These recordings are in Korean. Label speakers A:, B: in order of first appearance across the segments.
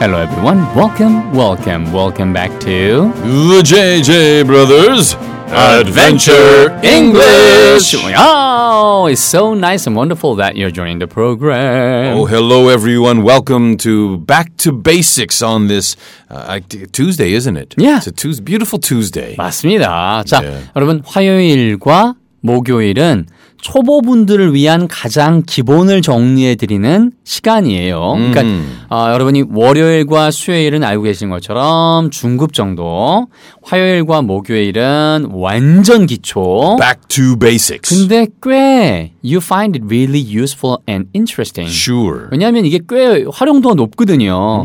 A: Hello everyone, welcome, welcome, welcome back to
B: The JJ Brothers Adventure English.
A: Oh, it's so nice and wonderful that you're joining the program.
B: Oh, hello everyone. Welcome to Back to Basics on this uh, I- Tuesday, isn't it?
A: Yeah.
B: It's a Tues- beautiful Tuesday.
A: 맞습니다. 자,
B: 네.
A: 여러분 화요일과 목요일은 초보분들을 위한 가장 기본을 정리해 드리는 시간이에요. 그러니까
B: 음.
A: 아, 여러분이 월요일과 수요일은 알고 계신 것처럼 중급 정도, 화요일과 목요일은 완전 기초.
B: Back to Basics.
A: 근데 꽤 you find it really useful and interesting.
B: sure.
A: 왜냐하면 이게 꽤 활용도가 높거든요.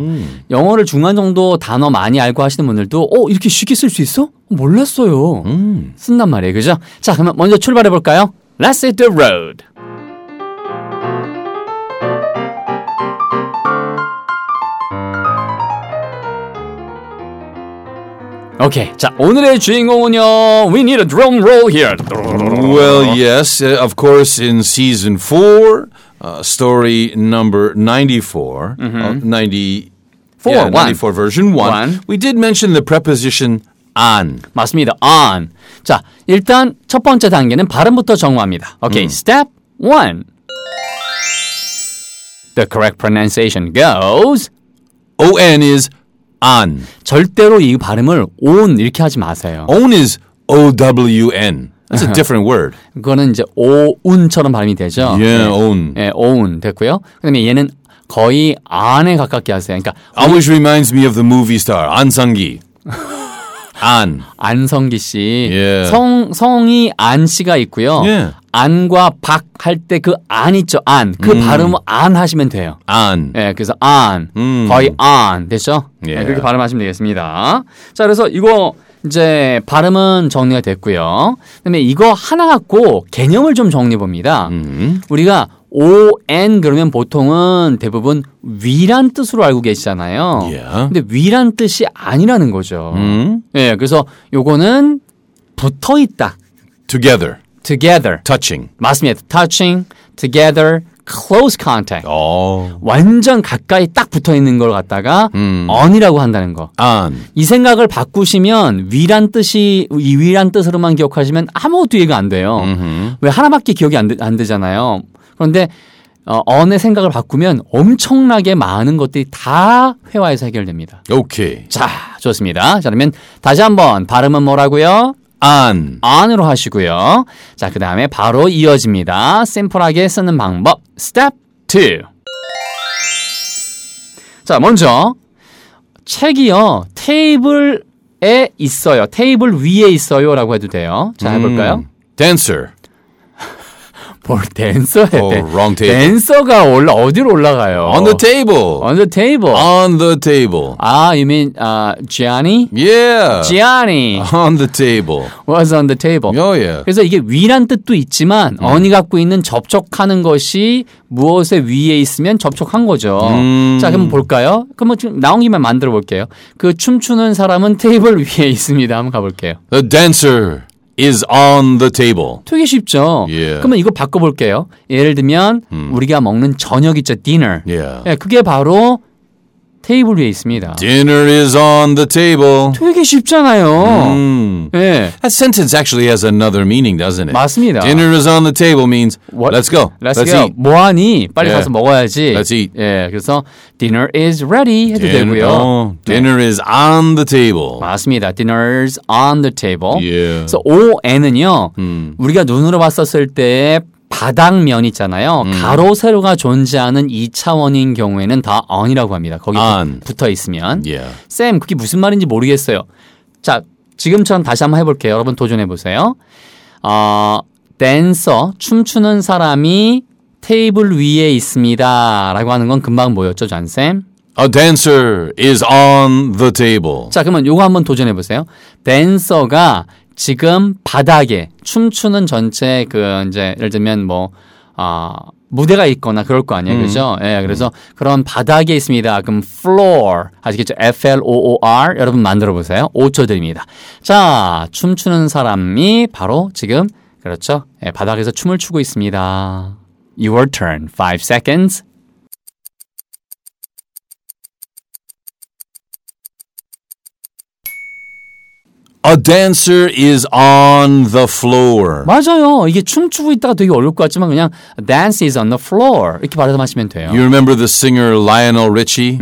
A: 영어를 중간 정도 단어 많이 알고 하시는 분들도 어 이렇게 쉽게 쓸 수 있어? 몰랐어요. 쓴단 말이에요, 그죠? 자, 그러면 먼저 출발해 볼까요? Let's hit the road. 오케이, 자 오늘의 주인공은요. We need a drum roll here.
B: Well, yes, uh, of course, in season four, uh, story number 94, uh, 90,
A: Mm-hmm. Four,
B: yeah,
A: one.
B: 94 version one,
A: One.
B: we did mention the preposition an.
A: 맞습니다. on. 자, 일단 첫 번째 단계는 발음부터 정화합니다. 오케이. step 1. The correct pronunciation goes
B: O-N is an.
A: 절대로 이 발음을 on 이렇게 하지 마세요.
B: Own is O W N. That's a different word.
A: 그거는 이제 오운처럼 발음이 되죠.
B: Yeah, own.
A: 예, own 됐고요. 그다음에 얘는 거의 안에 가깝게 하세요. 그러니까
B: Always reminds me of the movie star An Sang-gi. An.
A: 안성기 씨.
B: 예.
A: 성, 성이 안 씨가 있고요.
B: 예.
A: 안과 박 할 때 그 안 있죠. 안. 그 발음을 안 하시면 돼요.
B: An.
A: 예, 그래서 on 거의 on 됐죠?
B: 음. 예.
A: 네, 그렇게 발음하시면 되겠습니다. 자, 그래서 이거 이제 발음은 정리가 됐고요. 그다음에 이거 하나 갖고 개념을 좀 정리해 봅니다.
B: 음.
A: 우리가 on 그러면 보통은 대부분 위란 뜻으로 알고 계시잖아요.
B: 예.
A: 근데 위란 뜻이 아니라는 거죠.
B: 음.
A: 예, 그래서 요거는 붙어 있다.
B: Together.
A: together.
B: Touching.
A: 맞습니다. touching, together, close contact.
B: Oh.
A: 완전 가까이 딱 붙어 있는 걸 갖다가 on이라고 한다는 거.
B: An.
A: 이 생각을 바꾸시면 위란 뜻이 이 위란 뜻으로만 기억하시면 아무것도 이해가 안 돼요. 왜 하나밖에 기억이 안, 되, 잖아요 그런데 어, on의 생각을 바꾸면 엄청나게 많은 것들이 다 회화에서 해결됩니다.
B: Okay.
A: 자, 좋습니다. 자, 그러면 다시 한번 발음은 뭐라고요?
B: An.
A: on으로 하시고요. 자, 그 다음에 바로 이어집니다. 심플하게 쓰는 방법. Step 2. 자, 먼저 책이요. 테이블에 있어요. 테이블 위에 있어요. 라고 해도 돼요. 자, 해볼까요?
B: Mm. Dancer.
A: 뭘 댄서 해.
B: Oh, wrong table.
A: 댄서가 올라, 어디로 올라가요?
B: On the 아. table.
A: On the table.
B: Oh. On the table.
A: 아, you mean, uh, Gianni?
B: Yeah.
A: Gianni
B: On the table.
A: was on the table.
B: Oh yeah.
A: 그래서 이게 위란 뜻도 있지만 언이 갖고 있는 접촉하는 것이 무엇의 위에 있으면 접촉한 거죠. 자, 그럼 볼까요? 그럼 뭐 지금 나온 김에 만들어 볼게요. 그 춤추는 사람은 테이블 위에 있습니다. 한번 가볼게요.
B: The dancer is on the table.
A: 되게 쉽죠.
B: 예.
A: 그러면 이거 바꿔 볼게요. 예를 들면 우리가 먹는 저녁 있죠, dinner.
B: Yeah.
A: 예, 그게 바로 테이블 위에 있습니다.
B: Dinner is on the table.
A: 되게 쉽잖아요. 예.
B: That sentence actually has another meaning, doesn't it?
A: 맞습니다.
B: Dinner is on the table means
A: What?
B: let's go.
A: Let's, go.
B: eat.
A: 뭐하니? 빨리
B: Yeah.
A: 가서 먹어야지.
B: Let's eat.
A: 예, 그래서 dinner is ready 해도
B: Dinner,
A: 되고요. 네.
B: oh, dinner is on the table.
A: 맞습니다. Dinner's on the table.
B: Yeah. 음.
A: 그래서 ON은요, 우리가 눈으로 봤었을 때 바닥면 있잖아요.
B: 음.
A: 가로, 세로가 존재하는 2차원인 경우에는 다 on이라고 합니다. 거기
B: on.
A: 붙어 있으면.
B: Yeah.
A: 쌤, 그게 무슨 말인지 모르겠어요. 자, 지금처럼 다시 한번 해볼게요. 여러분 도전해 보세요. 어, 댄서, 춤추는 사람이 테이블 위에 있습니다. 라고 하는 건 금방 뭐였죠, 잔쌤?
B: A dancer is on the table.
A: 자, 그러면 요거 한번 도전해 보세요. 댄서가 지금 바닥에 춤추는 전체 그 이제 예를 들면 뭐 아, 무대가 있거나 그럴 거 아니에요. 그죠? 예, 그래서 그런 바닥에 있습니다. 그럼 floor. 아시겠죠? F L O O R. 여러분 만들어 보세요. 5초 드립니다. 자, 춤추는 사람이 바로 지금 그렇죠? 예, 바닥에서 춤을 추고 있습니다. Your turn. 5 seconds.
B: A dancer is on the floor.
A: 맞아요. 이게 춤추고 있다가 되게 어려울 것 같지만 그냥 dance is on the floor 이렇게 발음하시면 돼요.
B: You remember the singer Lionel Richie?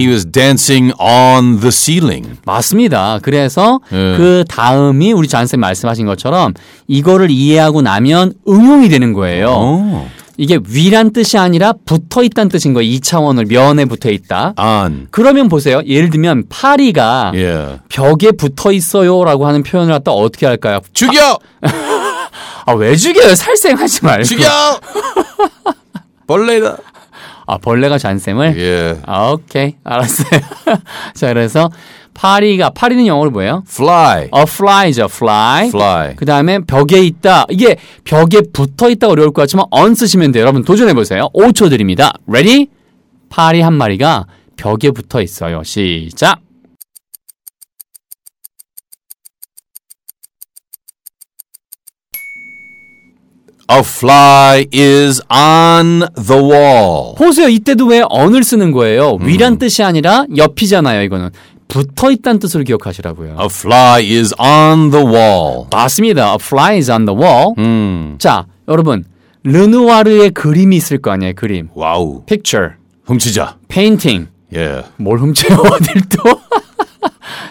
B: He was dancing on the ceiling.
A: 맞습니다. 그래서
B: 예.
A: 그 다음이 우리 잔쌤 말씀하신 것처럼 이거를 이해하고 나면 응용이 되는 거예요.
B: 어?
A: 이게 위란 뜻이 아니라 붙어 있다는 뜻인 거예요. 이 차원을 면에 붙어 있다.
B: 아. On.
A: 그러면 보세요. 예를 들면 파리가
B: Yeah.
A: 벽에 붙어 있어요라고 하는 표현을 갖다 어떻게 할까요?
B: 죽여!
A: 아 왜 죽여요? 살생하지 말고.
B: 죽여! 벌레다.
A: 아 벌레가
B: 예.
A: 잔쌤을.
B: Yeah.
A: 아 오케이 알았어요. 자 그래서 파리가 파리는 영어로 뭐예요?
B: Fly.
A: A fly죠. Fly.
B: Fly.
A: 그 다음에 벽에 있다. 이게 벽에 붙어 있다 어려울 것 같지만 on 쓰시면 돼요. 여러분 도전해 보세요. 5초 드립니다. Ready? 파리 한 마리가 벽에 붙어 있어요. 시작.
B: A fly is on the wall.
A: 보세요. 이때도 왜 on을 쓰는 거예요? 위란 뜻이 아니라 옆이잖아요. 이거는 붙어 있다는 뜻으로 기억하시라고요.
B: A fly is on the wall.
A: 맞습니다. A fly is on the wall. 자, 여러분 르누아르의 그림이 있을 거 아니에요. 그림.
B: Wow.
A: Picture.
B: 훔치자.
A: Painting.
B: Yeah.
A: 뭘 훔쳐요 어딜 또?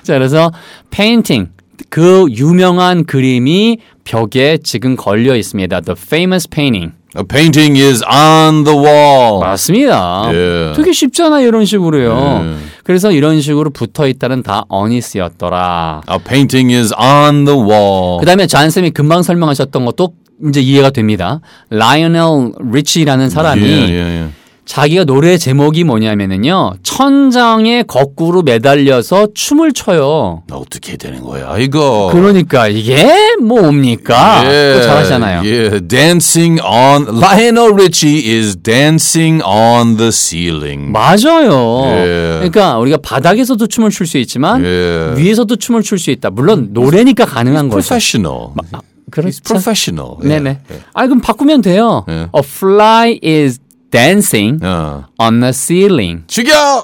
A: 자 그래서 페인팅 그 유명한 그림이 벽에 지금 걸려 있습니다. The famous painting.
B: A painting is on the wall.
A: 맞습니다.
B: 예.
A: 되게 쉽잖아요 이런 식으로요. 그래서 이런 식으로 붙어 있다는 다 어니스였더라.
B: A painting is on the wall.
A: 그다음에 잔 쌤이 금방 설명하셨던 것도 이제 이해가 됩니다. 라이오넬 리치라는 사람이
B: Yeah, yeah, yeah.
A: 자기가 노래 제목이 뭐냐면은요 천장에 거꾸로 매달려서 춤을 춰요.
B: 나 어떻게 되는 거야 이거?
A: 그러니까 이게 뭡니까?
B: Yeah,
A: 또 잘하시잖아요.
B: Yeah, dancing on Lionel Richie is dancing on the ceiling.
A: 맞아요.
B: 예.
A: 그러니까 우리가 바닥에서도 춤을 출 수 있지만
B: 예.
A: 위에서도 춤을 출 수 있다. 물론 노래니까 가능한 거죠.
B: professional. He's
A: 그렇죠.
B: professional. Yeah.
A: 네네. 아 그럼 바꾸면 돼요.
B: 예.
A: A fly is dancing
B: 어.
A: on the ceiling.
B: 죽여!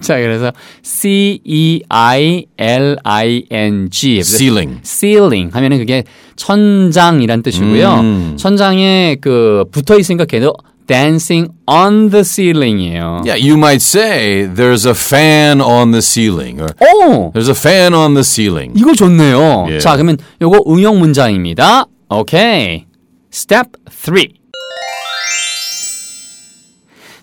A: 자 그래서 C E I L I N G.
B: ceiling.
A: ceiling 하면은 그게 천장이란 뜻이고요.
B: 음.
A: 천장에 그 붙어 있으니까 걔도 dancing on the ceiling이에요.
B: Yeah, you might say there's a fan on the ceiling or
A: 오,
B: there's a fan on the ceiling.
A: 이거 좋네요.
B: 예.
A: 자, 그러면 요거 응용 문장입니다. 오케이. step 3.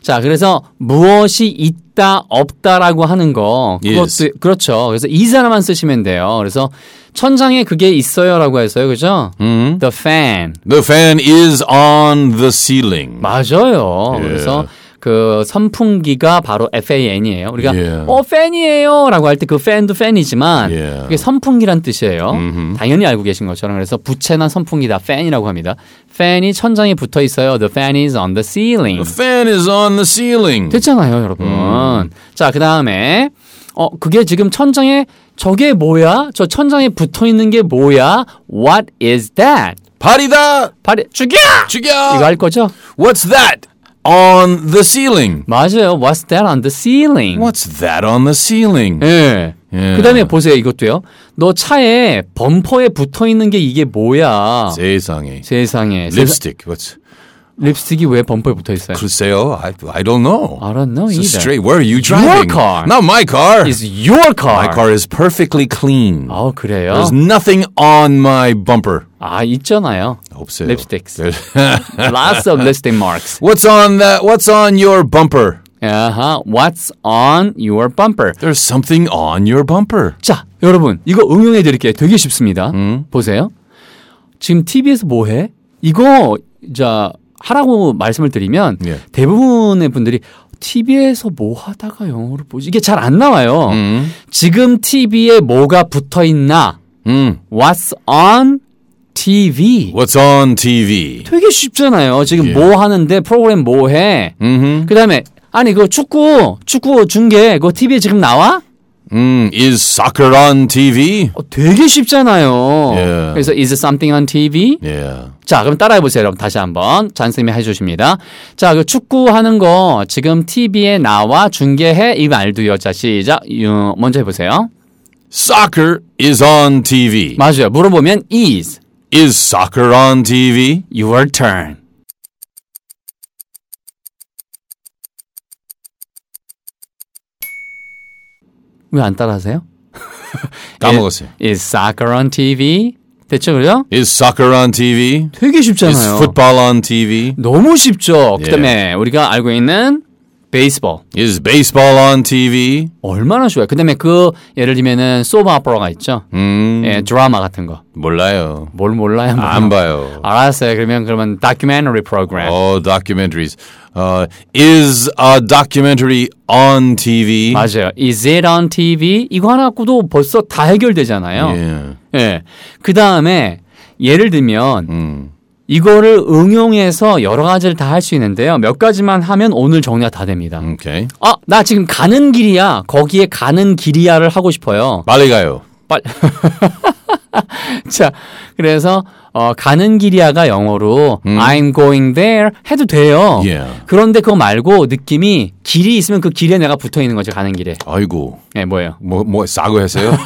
A: 자, 그래서 무엇이 있다 없다라고 하는 거 그것도
B: Yes.
A: 그렇죠. 그래서 이사람만 쓰시면 돼요. 그래서 천장에 그게 있어요라고 했어요. 그죠?
B: 음.
A: the fan.
B: The fan is on the ceiling.
A: 맞아요.
B: 예.
A: 그래서 그 선풍기가 바로 FAN이에요. 우리가
B: 예.
A: 어 팬이에요라고 할 때 그 팬도 팬이지만
B: 예.
A: 그게 선풍기란 뜻이에요. 당연히 알고 계신 것처럼 그래서 부채나 선풍기 다 팬이라고 합니다. 팬이 천장에 붙어 있어요. The fan is on the ceiling.
B: The fan is on the ceiling.
A: 됐잖아요, 여러분.
B: 음.
A: 자, 그다음에 어 그게 지금 천장에 저게 뭐야? 저 천장에 붙어 있는 게 뭐야? What is that?
B: 파리다!
A: 발에 죽여!
B: 죽여!
A: 이거 할 거죠?
B: What's that on the ceiling?
A: 맞아요. What's that on the ceiling?
B: What's that on the ceiling?
A: 예.
B: 예.
A: 그 다음에 보세요, 이것도요. 너 차에 범퍼에 붙어 있는 게 이게 뭐야?
B: 세상에.
A: 세상에. 세상-
B: Lipstick. What's
A: 립스틱이 왜 범퍼에 붙어 있어요?
B: 글쎄요. I, I don't know.
A: I don't know
B: It's a
A: either.
B: straight. Where are you driving?
A: car.
B: Not my car.
A: It's your car. Oh.
B: My car is perfectly clean.
A: 아, 그래요?
B: There's nothing on my bumper. oh.
A: 아, 있잖아요.
B: 없어요.
A: Lipsticks. Lots of lipstick marks.
B: What's on that? What's on your bumper?
A: 아하. Uh-huh. What's on your bumper?
B: There's something on your bumper.
A: 자, 여러분, 이거 응용해 드릴게요. 되게 쉽습니다. 보세요. 지금 TV에서 뭐 해? 이거 자 하라고 말씀을 드리면
B: 예.
A: 대부분의 분들이 TV에서 뭐 하다가 영어를 보지? 이게 잘 안 나와요. 지금 TV에 뭐가 붙어 있나? What's on TV?
B: Hmm, What's on TV?
A: 되게 쉽잖아요. 지금 뭐 하는데 프로그램 뭐 해? 그다음에 아니 그 축구 축구 중계 그거 TV에 지금 나와?
B: Mm, is soccer on TV?
A: 어, 되게 쉽잖아요.
B: 예.
A: 그래서 is something on TV?
B: Yeah.
A: 자, 그럼 따라해 보세요, 여러분. 다시 한번 잔쌤이 해 주십니다. 자, 그 축구하는 거 지금 TV에 나와 중계해 이 말도요. 자, 시작. 유, 먼저 해 보세요.
B: Soccer is on TV.
A: 맞아요. 물어보면 is
B: is soccer on TV?
A: your turn. 왜 안 따라하세요?
B: 까먹었어요.
A: Is soccer on TV? 대충 그죠?
B: Is soccer on TV?
A: 되게
B: Is
A: 쉽잖아요.
B: football on TV?
A: 너무 쉽죠. 그다음에 우리가 알고 있는 베이스볼
B: Is baseball on TV?
A: 얼마나 좋아요. 그다음에 그 예를 들면은 소바 오퍼라가 있죠.
B: Hmm,
A: 예, 드라마 같은 거.
B: 몰라요.
A: 뭘 몰라요? 몰라요. 어.
B: 안 봐요.
A: 알았어요. 그러면 그러면 다큐멘터리 프로그램.
B: Oh, documentaries. Uh, is a documentary on TV?
A: 맞아요. Is it on TV? 이거 하나 갖고도 벌써 다 해결되잖아요.
B: Yeah.
A: 예. 그다음에 예를 들면 이거를 응용해서 여러 가지를 다 할 수 있는데요. 몇 가지만 하면 오늘 정리가 다 됩니다.
B: Okay.
A: 아, 나 지금 가는 길이야. 거기에 가는 길이야를 하고 싶어요.
B: 빨리 가요.
A: 빨. 자, 그래서 어, 가는 길이야가 영어로
B: 음.
A: I'm going there 해도 돼요.
B: 예.
A: 그런데 그거 말고 느낌이 길이 있으면 그 길에 내가 붙어 있는 거죠. 가는 길에.
B: 아이고.
A: 예, 뭐예요?
B: 뭐, 뭐, 싸고 했어요?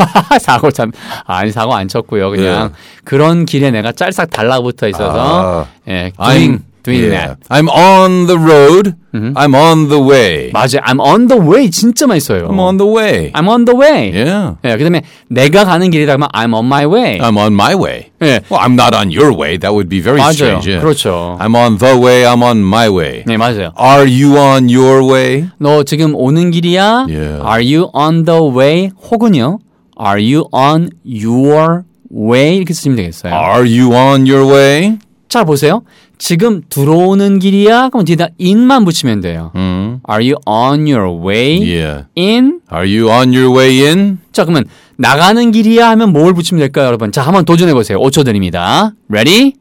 A: 사고 참 아니 사고 안 쳤고요. 그냥 그런 길에 내가 짤싹 달라붙어 있어서
B: 아.
A: 예, doing
B: I'm
A: doing
B: yeah.
A: that.
B: I'm on the road. I'm on the way.
A: 맞아요. I'm on the way 진짜 많이 써요.
B: I'm on the way.
A: I'm on the way.
B: yeah.
A: 예, 그다음에 내가 가는 길이라면 I'm on my way.
B: I'm on my way.
A: 예.
B: Well, I'm not on your way. That would be very
A: 맞아요.
B: strange. yeah.
A: 그렇죠.
B: I'm on the way. I'm on my way.
A: 네, 맞아요.
B: Are you on your way?
A: 너 지금 오는 길이야?
B: 예.
A: Are you on the way? 혹은요. Are you on your way? 이렇게 쓰시면 되겠어요.
B: Are you on your way?
A: 잘 보세요. 지금 들어오는 길이야? 그럼 뒤에다 in만 붙이면 돼요.
B: 음.
A: Are you on your way
B: Yeah.
A: in?
B: Are you on your way in?
A: 자, 그러면 나가는 길이야 하면 뭘 붙이면 될까요, 여러분? 자, 한번 도전해 보세요. 5초 드립니다. Ready?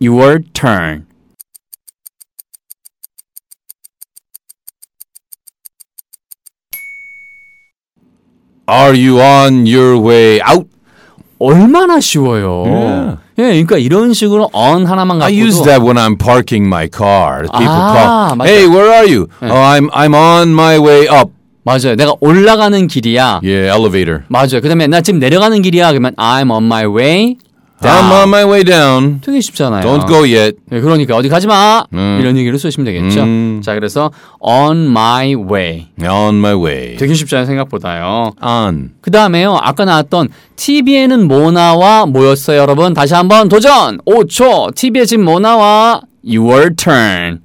A: Your turn.
B: Are you on your way out?
A: 얼마나 쉬워요.
B: 예.
A: 예, 그러니까 이런 식으로 on 하나만
B: I
A: 갖고도
B: use that when I'm parking my car. People
A: Ah, Hmm.
B: call.
A: 맞아.
B: Hey, where are you? Oh, I'm I'm on my way up.
A: 맞아요. 내가 올라가는 길이야.
B: Yeah, elevator.
A: 맞아요. 그다음에 나 지금 내려가는 길이야. 그러면 I'm on my way.
B: I'm
A: down.
B: on my way down.
A: 되게 쉽잖아요.
B: 아. Don't go 음. yet.
A: 네, 그러니까 어디 가지 마. 이런 얘기를 쓰시면 되겠죠.
B: 음.
A: 자, 그래서 on my way.
B: Hmm. On my way.
A: 되게 쉽잖아요, 생각보다요.
B: On.
A: 그다음에요. 아까 나왔던 TV에는 뭐 나와? 뭐였어요, 여러분? 다시 한번 도전. 5초. TV에 지금 뭐 나와? Your turn.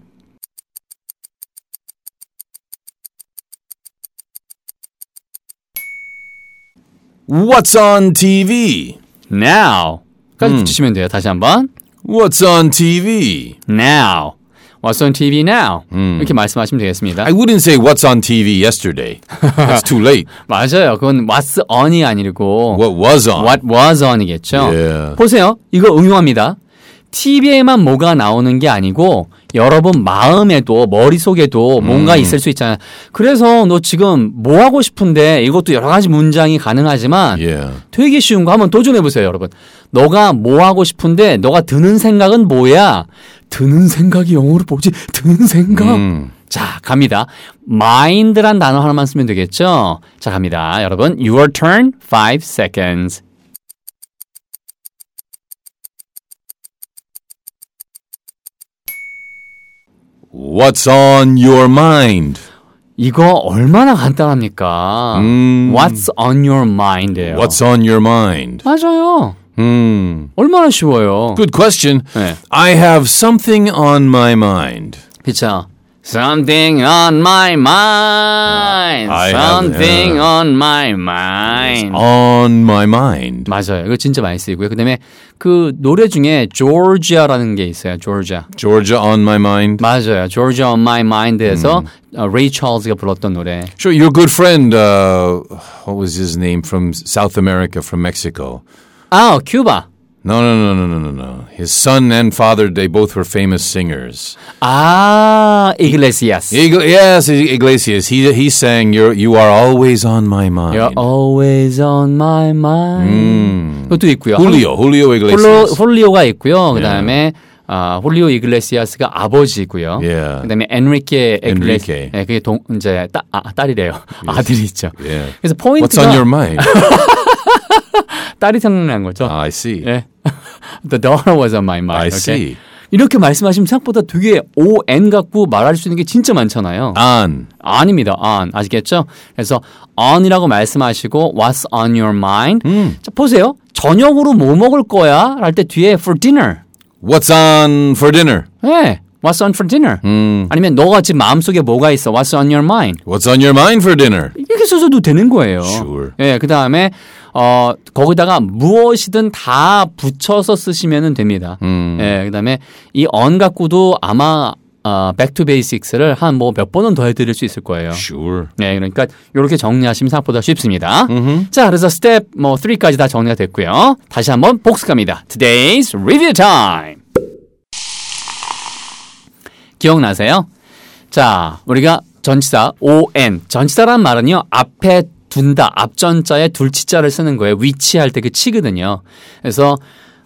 B: What's on TV?
A: Now.
B: 음.
A: 까지 붙이시면 돼요. 다시 한번.
B: What's on TV?
A: Now. What's on TV now?
B: 음.
A: 이렇게 말씀하시면 되겠습니다.
B: I wouldn't say what's on TV yesterday. That's too late.
A: 맞아요. 그건 what's on이 아니고
B: What was on?
A: what was on이겠죠.
B: 예.
A: 보세요. 이거 응용합니다. TV에만 뭐가 나오는 게 아니고 여러분 마음에도 머릿속에도 뭔가 있을 수 있잖아요. 그래서 너 지금 뭐 하고 싶은데 이것도 여러 가지 문장이 가능하지만
B: Yeah.
A: 되게 쉬운 거 한번 도전해 보세요, 여러분. 너가 뭐 하고 싶은데 너가 드는 생각은 뭐야? 드는 생각이 영어로 뭐지? 드는 생각.
B: 음. Hmm.
A: 자, 갑니다. mind란 단어 하나만 쓰면 되겠죠? 자, 갑니다. 여러분, your turn 5 seconds.
B: What's on your mind?
A: 이거 얼마나 간단합니까?
B: 음.
A: What's on your mind예요.
B: Hmm. What's on your mind?
A: 맞아요.
B: Hmm.
A: 얼마나 쉬워요.
B: Good question.
A: 네.
B: I have something on my mind.
A: 그쵸. Something on my mind.
B: I have-
A: Something
B: 예.
A: on my mind.
B: On my mind.
A: 맞아요. 이거 진짜 많이 쓰이고요. 그다음에 그 노래 중에 Georgia라는 게 있어요. Georgia.
B: Georgia on my mind.
A: 맞아요. Georgia on my
B: 음.
A: mind에서 어, 레이 찰스가 불렀던 노래.
B: Sure, your good friend, uh, what was his name from South America, from Mexico?
A: 아, 큐바.
B: No, no, no, no, no, no, no. His son and father, they both were famous singers.
A: 아, Iglesias.
B: Igl- yes, Iglesias. He he sang "You You Are Always on My Mind."
A: You're always on my
B: 음.
A: mind. 그것도 있고요.
B: Julio, Julio
A: 홀로,
B: Iglesias.
A: 홀리오가
B: 예.
A: 있고요. 그다음에 아, 홀리오 이글레시아스가 아버지고요.
B: 예.
A: 그다음에 엔리케
B: Enrique.
A: 이글레시 예, 그게 동 이제 따, 아, 딸이래요. 아들이 있죠.
B: 예.
A: 그래서
B: What's
A: 포인트가
B: on your mind? Ah,
A: 딸이 생각난 거죠.
B: I see.
A: 예. The daughter was on my
B: 아. I
A: mind. 이렇게.
B: see.
A: 이렇게 말씀하시면 생각보다 되게 O, N 갖고 말할 수 있는 게 진짜 많잖아요.
B: On.
A: 아닙니다. on 아시겠죠? 그래서 on이라고 말씀하시고 what's on your mind? 자, 보세요. 저녁으로 뭐 먹을 거야? 할 때 뒤에 for dinner.
B: What's on for dinner? Mm.
A: 네. what's on for dinner?
B: 음.
A: 아니면 너가 지금 마음속에 뭐가 있어? what's on your mind?
B: What's on your mind for dinner?
A: 이렇게 써줘도 되는 거예요.
B: Sure.
A: 예, 그다음에 어 거기다가 무엇이든 다 붙여서 쓰시면 됩니다. 예, 그다음에 이 on 갖고도 아마 어, back to basics를 한 뭐 몇 번은 더 해드릴 수 있을 거예요.
B: Sure.
A: 네, 그러니까 이렇게 정리하시면 생각보다 쉽습니다. 자, 그래서 스텝 뭐 3까지 다 정리가 됐고요. 다시 한번 복습합니다. Today's review time. 기억나세요? 자, 우리가 전치사 on 전치사란 말은요 앞에 둔다 앞전자에 둘치자를 쓰는 거예요 위치할 때 그 치거든요. 그래서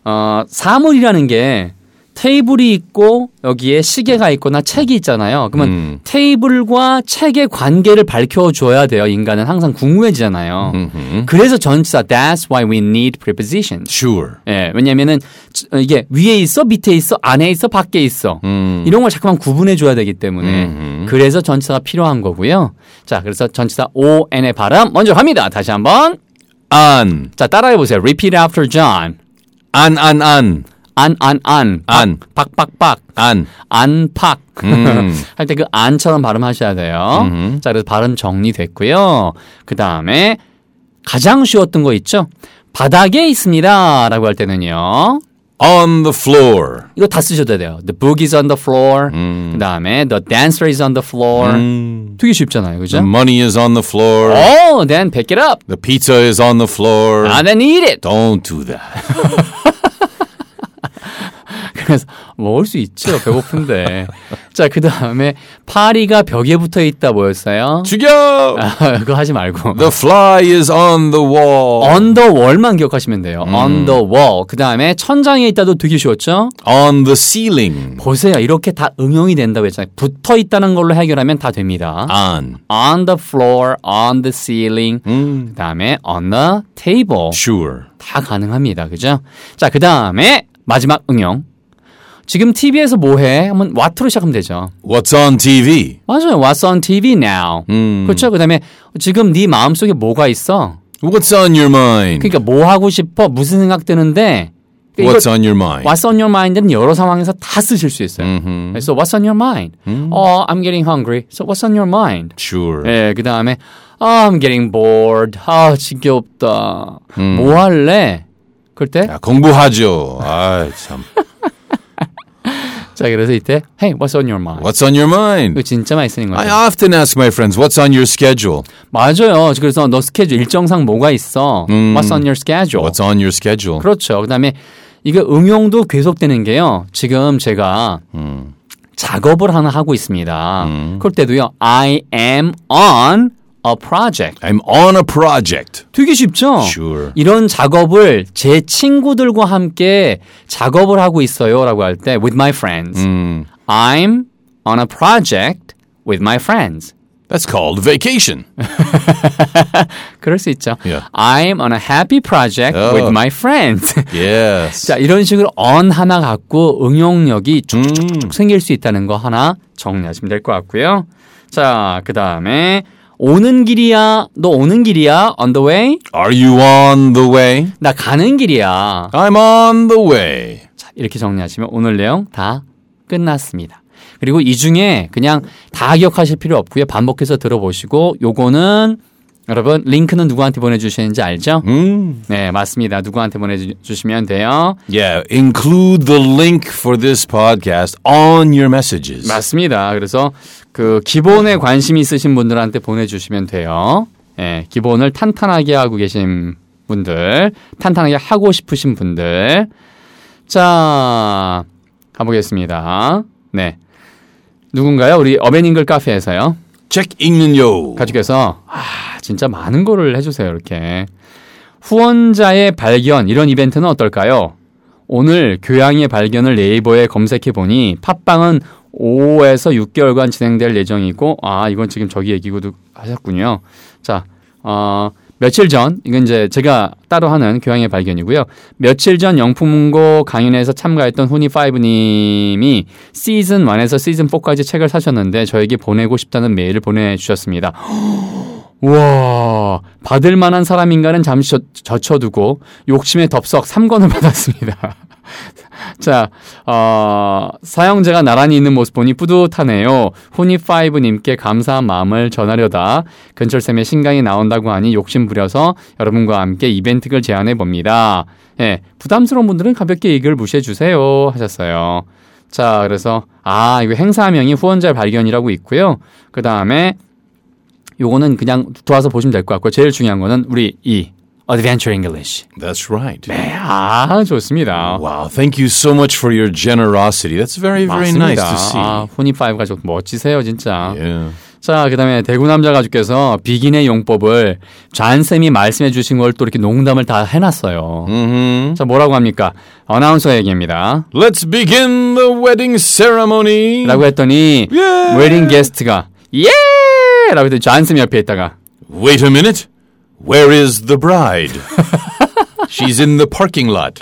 A: 어, 사물이라는 게 테이블이 있고 여기에 시계가 있거나 책이 있잖아요. 그러면 테이블과 책의 관계를 밝혀줘야 돼요. 인간은 항상 궁금해지잖아요. 그래서 전치사 that's why we need prepositions.
B: Sure.
A: 예, 왜냐면은 저- 어, 이게 위에 있어, 밑에 있어, 안에 있어, 밖에 있어. 이런 걸 자꾸만 구분해 줘야 되기 때문에 그래서 전치사가 필요한 거고요. 자, 그래서 전치사 on의 발음 먼저 갑니다. 다시 한번.
B: On.
A: 자, 따라해 보세요. Repeat after John.
B: On. On. On.
A: 안, 안, 안.
B: 안.
A: 박, 박, 박.
B: On.
A: 안팎 할 때 그 안처럼 발음하셔야 돼요. 자, 그래서 발음 정리됐고요. 그 다음에 가장 쉬웠던 거 있죠? 바닥에 있습니다라고 할 때는요.
B: On the floor.
A: 이거 다 쓰셔도 돼요. The book is on the floor. 그 다음에 the dancer is on the floor. 되게 쉽잖아요,
B: The
A: 그죠?
B: money is on the floor.
A: Oh, then pick it up.
B: The pizza is on the floor.
A: And then eat it.
B: Don't do that.
A: 그래서 먹을 수 있죠. 배고픈데. 자, 그 다음에 파리가 벽에 붙어 있다 뭐였어요?
B: 죽여!
A: 아, 그거 하지 말고.
B: The fly is on the wall.
A: on the wall만 기억하시면 돼요. on the wall. 그 다음에 천장에 있다도 되게 쉬웠죠?
B: On the ceiling.
A: 보세요. 이렇게 다 응용이 된다고 했잖아요. 붙어 있다는 걸로 해결하면 다 됩니다.
B: On.
A: on the floor, on the ceiling, 그 다음에 on the table.
B: Sure.
A: 다 가능합니다. 그죠? 자, 그 다음에 마지막 응용. 지금 TV에서 뭐 해? 하면 what로 시작하면 되죠.
B: What's on TV?
A: 맞아요. What's on TV now? 그렇죠? 그 다음에 지금 네 마음속에 뭐가 있어?
B: What's on your mind?
A: 그러니까 뭐 하고 싶어? 무슨 생각 드는데? 그러니까
B: What's on your mind?
A: What's on your mind는 여러 상황에서 다 쓰실 수 있어요. 그래서 what's on your mind? Oh, I'm getting hungry. So what's on your mind?
B: Sure.
A: 예, 그 다음에 아, I'm getting bored. 아, 지겹다. 뭐 할래? 그럴 때?
B: 음. 야, 공부하죠. 아, 참.
A: 자, 그래서 이때 Hey, what's on your mind?
B: What's on your mind?
A: 이거 진짜 많이 쓰는
B: I
A: 거예요.
B: often ask my friends, what's on your schedule?
A: 맞아요. 그래서 너 스케줄 일정상 뭐가 있어? What's on your schedule?
B: 음. What's on your schedule?
A: 그렇죠. 그 다음에 이게 응용도 계속되는 게요. 지금 제가
B: 음.
A: 작업을 하나 하고 있습니다. 그럴 때도요. I am on a project.
B: I'm on a project.
A: 되게 쉽죠?
B: Sure.
A: 이런 작업을 제 친구들과 함께 작업을 하고 있어요. 라고 할 때 with my friends.
B: 음.
A: I'm on a project with my friends.
B: That's called vacation.
A: 그럴 수 있죠.
B: Yeah.
A: I'm on a happy project
B: Oh.
A: with my friends.
B: Yes.
A: 자, 이런 식으로 on 하나 갖고 응용력이
B: 음.
A: 쭉쭉쭉 생길 수 있다는 거 하나 정리하시면 될 것 같고요. 자, 그 다음에 오는 길이야. 너 오는 길이야. on the way.
B: Are you on the way?
A: 나 가는 길이야.
B: I'm on the way.
A: 자, 이렇게 정리하시면 오늘 내용 다 끝났습니다. 그리고 이 중에 그냥 다 기억하실 필요 없고요. 반복해서 들어보시고 요거는 여러분 링크는 누구한테 보내주시는지 알죠?
B: Hmm.
A: 네, 맞습니다. 누구한테 보내주시면 돼요.
B: Yeah, include the link for this podcast on your messages.
A: 맞습니다. 그래서 그 기본에 관심 이 있으신 분들한테 보내주시면 돼요. 예, 기본을 탄탄하게 하고 계신 분들, 탄탄하게 하고 싶으신 분들. 자, 가보겠습니다. 네. 누군가요? 우리 어벤잉글 카페에서요.
B: 책 읽는 요.
A: 가족께서 아, 진짜 많은 거를 해주세요. 이렇게. 후원자의 발견, 이런 이벤트는 어떨까요? 오늘 교양의 발견을 네이버에 검색해 보니 팟빵은 5에서 6개월간 진행될 예정이고, 아, 이건 지금 저기 얘기고도 하셨군요. 자, 어, 며칠 전, 이건 이제 제가 따로 하는 교양의 발견이고요. 며칠 전 영풍고 강연회에서 참가했던 후니5님이 시즌1에서 시즌4까지 책을 사셨는데 저에게 보내고 싶다는 메일을 보내주셨습니다. 우와, 받을 만한 사람인가는 잠시 젖- 젖혀두고 욕심에 덥석 3권을 받았습니다. 자, 어, 사형제가 나란히 있는 모습 보니 뿌듯하네요. 후니5님께 감사한 마음을 전하려다 근철쌤의 신강이 나온다고 하니 욕심 부려서 여러분과 함께 이벤트를 제안해 봅니다. 예, 부담스러운 분들은 가볍게 이 글 무시해 주세요 하셨어요. 자, 그래서 아, 이거 행사명이 후원자 발견이라고 있고요. 그 다음에 요거는 그냥 들어와서 보시면 될 것 같고요. 제일 중요한 거는 우리 이 Adventure English.
B: That's right.
A: 아, 좋습니다.
B: Wow, thank you so much for your generosity. That's very, very nice
A: 맞습니다.
B: to see. 예.
A: 아, 후니5 가족 멋지세요, 진짜.
B: Yeah.
A: 자, 그 다음에 대구 남자 가족께서 비긴의 용법을 잔쌤이 말씀해 주신 걸 또 이렇게 농담을 다 해놨어요.
B: 음?
A: 자, 뭐라고 합니까? 어나운서 얘기입니다.
B: Mm-hmm. Let's begin the wedding ceremony.
A: 라고 했더니,
B: 예!
A: 웨딩 게스트가, 예! 라고 했더니 잔쌤 옆에 있다가,
B: Wait a minute. Where is the bride? She's in the parking lot.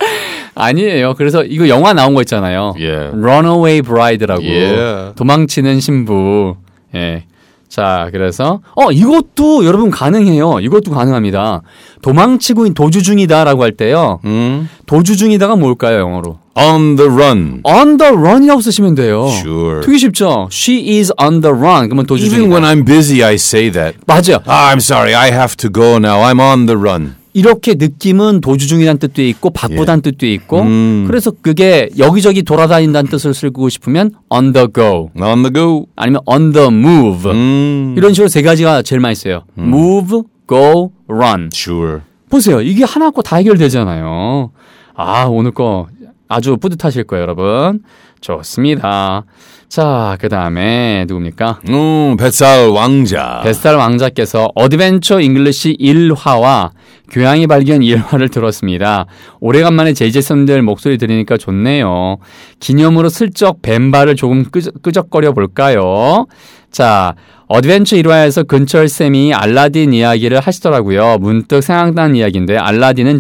A: 아니에요. 그래서 이거 영화 나온 거 있잖아요.
B: 예.
A: Runaway Bride라고.
B: 예.
A: 도망치는 신부. 예. 자, 그래서 어 이것도 여러분 가능해요. 이것도 가능합니다. 도망치고 있- 도주 중이다라고 할 때요.
B: 음.
A: 도주 중이다가 뭘까요, 영어로?
B: On the run.
A: On the run이라고 쓰시면 돼요.
B: Sure.
A: 되게 쉽죠. She is on the run. 그러면 도주
B: Even
A: 중이다.
B: when I'm busy, I say that.
A: 맞아요.
B: Ah, I'm sorry. I have to go now. I'm on the run.
A: 이렇게 느낌은 도주 중이란 뜻도 있고 바쁘다는
B: 예.
A: 뜻도 있고
B: 음.
A: 그래서 그게 여기저기 돌아다닌다는 뜻을 쓰고 싶으면 on the go
B: On the go.
A: 아니면 on the move
B: Mm.
A: 이런 식으로 세 가지가 제일 많이 써요. move, go, run.
B: Sure.
A: 보세요. 이게 하나 갖고 다 해결되잖아요. 아, 오늘 거 아주 뿌듯하실 거예요, 여러분. 좋습니다. 자, 그 다음에 누굽니까?
B: 음, 뱃살 왕자.
A: 뱃살 왕자께서 어드벤처 잉글리시 1화와 교양이 발견 1화를 들었습니다. 오래간만에 제이제선들 목소리 들으니까 좋네요. 기념으로 슬쩍 뱀발을 조금 끄적, 끄적거려 볼까요? 자, 어드벤처 1화에서 근철쌤이 알라딘 이야기를 하시더라고요. 문득 생각난 이야기인데 알라딘은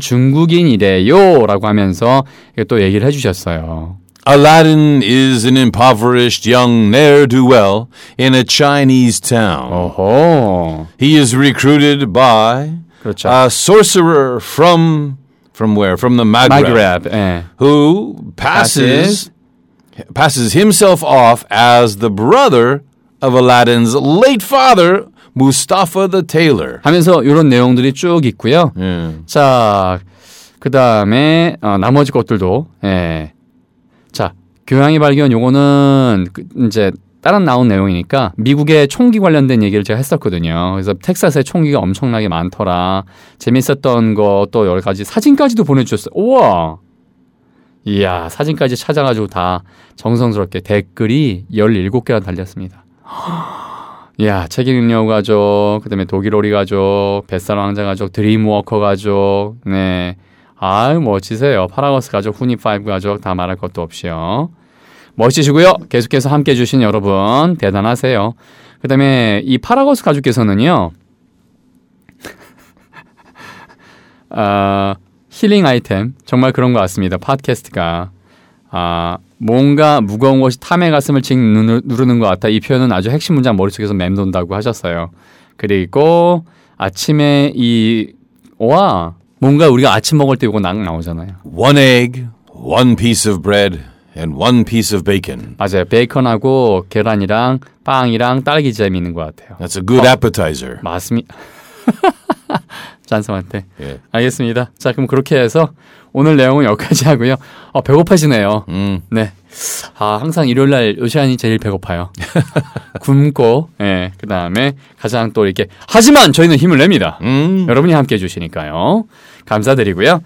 A: 중국인이래요. 라고 하면서 이거 또 얘기를 해주셨어요.
B: Aladdin is an impoverished young ne'er-do-well in a Chinese town.
A: Oh. 어허.
B: He is recruited by
A: 그렇죠.
B: a sorcerer from from where? From the Maghreb,
A: 마그랩. 예.
B: who passes passes himself off as the brother of Aladdin's late father, Mustafa the tailor.
A: 하면서 이런 내용들이 쭉 있고요.
B: Yeah.
A: 자, 그 다음에 어, 나머지 것들도 예. 자, 교양의 발견 요거는 그, 이제 다른 나온 내용이니까 미국의 총기 관련된 얘기를 제가 했었거든요. 그래서 텍사스에 총기가 엄청나게 많더라. 재밌었던 것도 여러 가지 사진까지도 보내주셨어요. 우와. 이야, 사진까지 찾아가지고 다 정성스럽게 댓글이 17개나 달렸습니다. 이야, 책임음료 가족, 그 다음에 독일오리 가족, 뱃살 왕자 가족, 드림워커 가족, 네. 아유, 멋지세요. 파라거스 가족, 후니5 가족, 다 말할 것도 없이요. 멋지시고요. 계속해서 함께 해주신 여러분, 대단하세요. 그 다음에 이 파라거스 가족께서는요, 아, 힐링 아이템 정말 그런 것 같습니다. 팟캐스트가 아, 뭔가 무거운 것이 탐의 가슴을 직 누르- 누르는 것 같아. 이 표현은 아주 핵심 문장 머릿속에서 맴돈다고 하셨어요. 그리고 아침에 이 와, 뭔가 우리가 아침 먹을 때 이거 낙 나오잖아요.
B: One egg, one piece of bread, and one piece of bacon.
A: 맞아요. 베이컨하고 계란이랑 빵이랑 딸기잼 있는 것 같아요.
B: That's a good appetizer.
A: 맞습니다. 잔성한테.
B: 예.
A: 알겠습니다. 자, 그럼 그렇게 해서 오늘 내용은 여기까지 하고요. 어, 배고파지네요. 네. 아, 항상 일요일 날요 시간이 제일 배고파요. 굶고, 예, 그 다음에 가장 또
B: Mm-hmm.
A: 이렇게. 하지만 저희는 힘을 냅니다. 여러분이 함께 해주시니까요. 감사드리고요.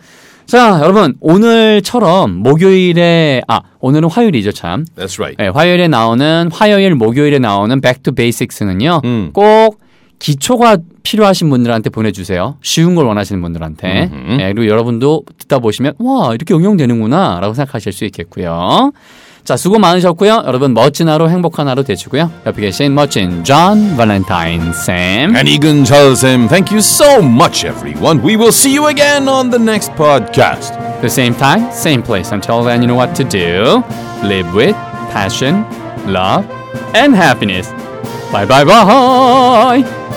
A: 자, 여러분 오늘처럼 목요일에 아 오늘은 화요일이죠 참.
B: That's right.
A: 네, 화요일에 나오는 화요일 목요일에 나오는 Back to Basics는요. 꼭 기초가 필요하신 분들한테 보내주세요. 쉬운 걸 원하시는 분들한테. 네, 그리고 여러분도 듣다 보시면 와 이렇게 응용되는구나라고 생각하실 수 있겠고요. 자 수고 많으셨고요. 여러분 멋진 하루 행복한 하루 되시고요. 옆에 계신 멋진 존 발렌타인 쌤.
B: And Egan Chalsim, thank you so much, everyone. We will see you again on the next podcast.
A: The same time, same place. Until then, you know what to do. Live with passion, love, and happiness. Bye bye bye.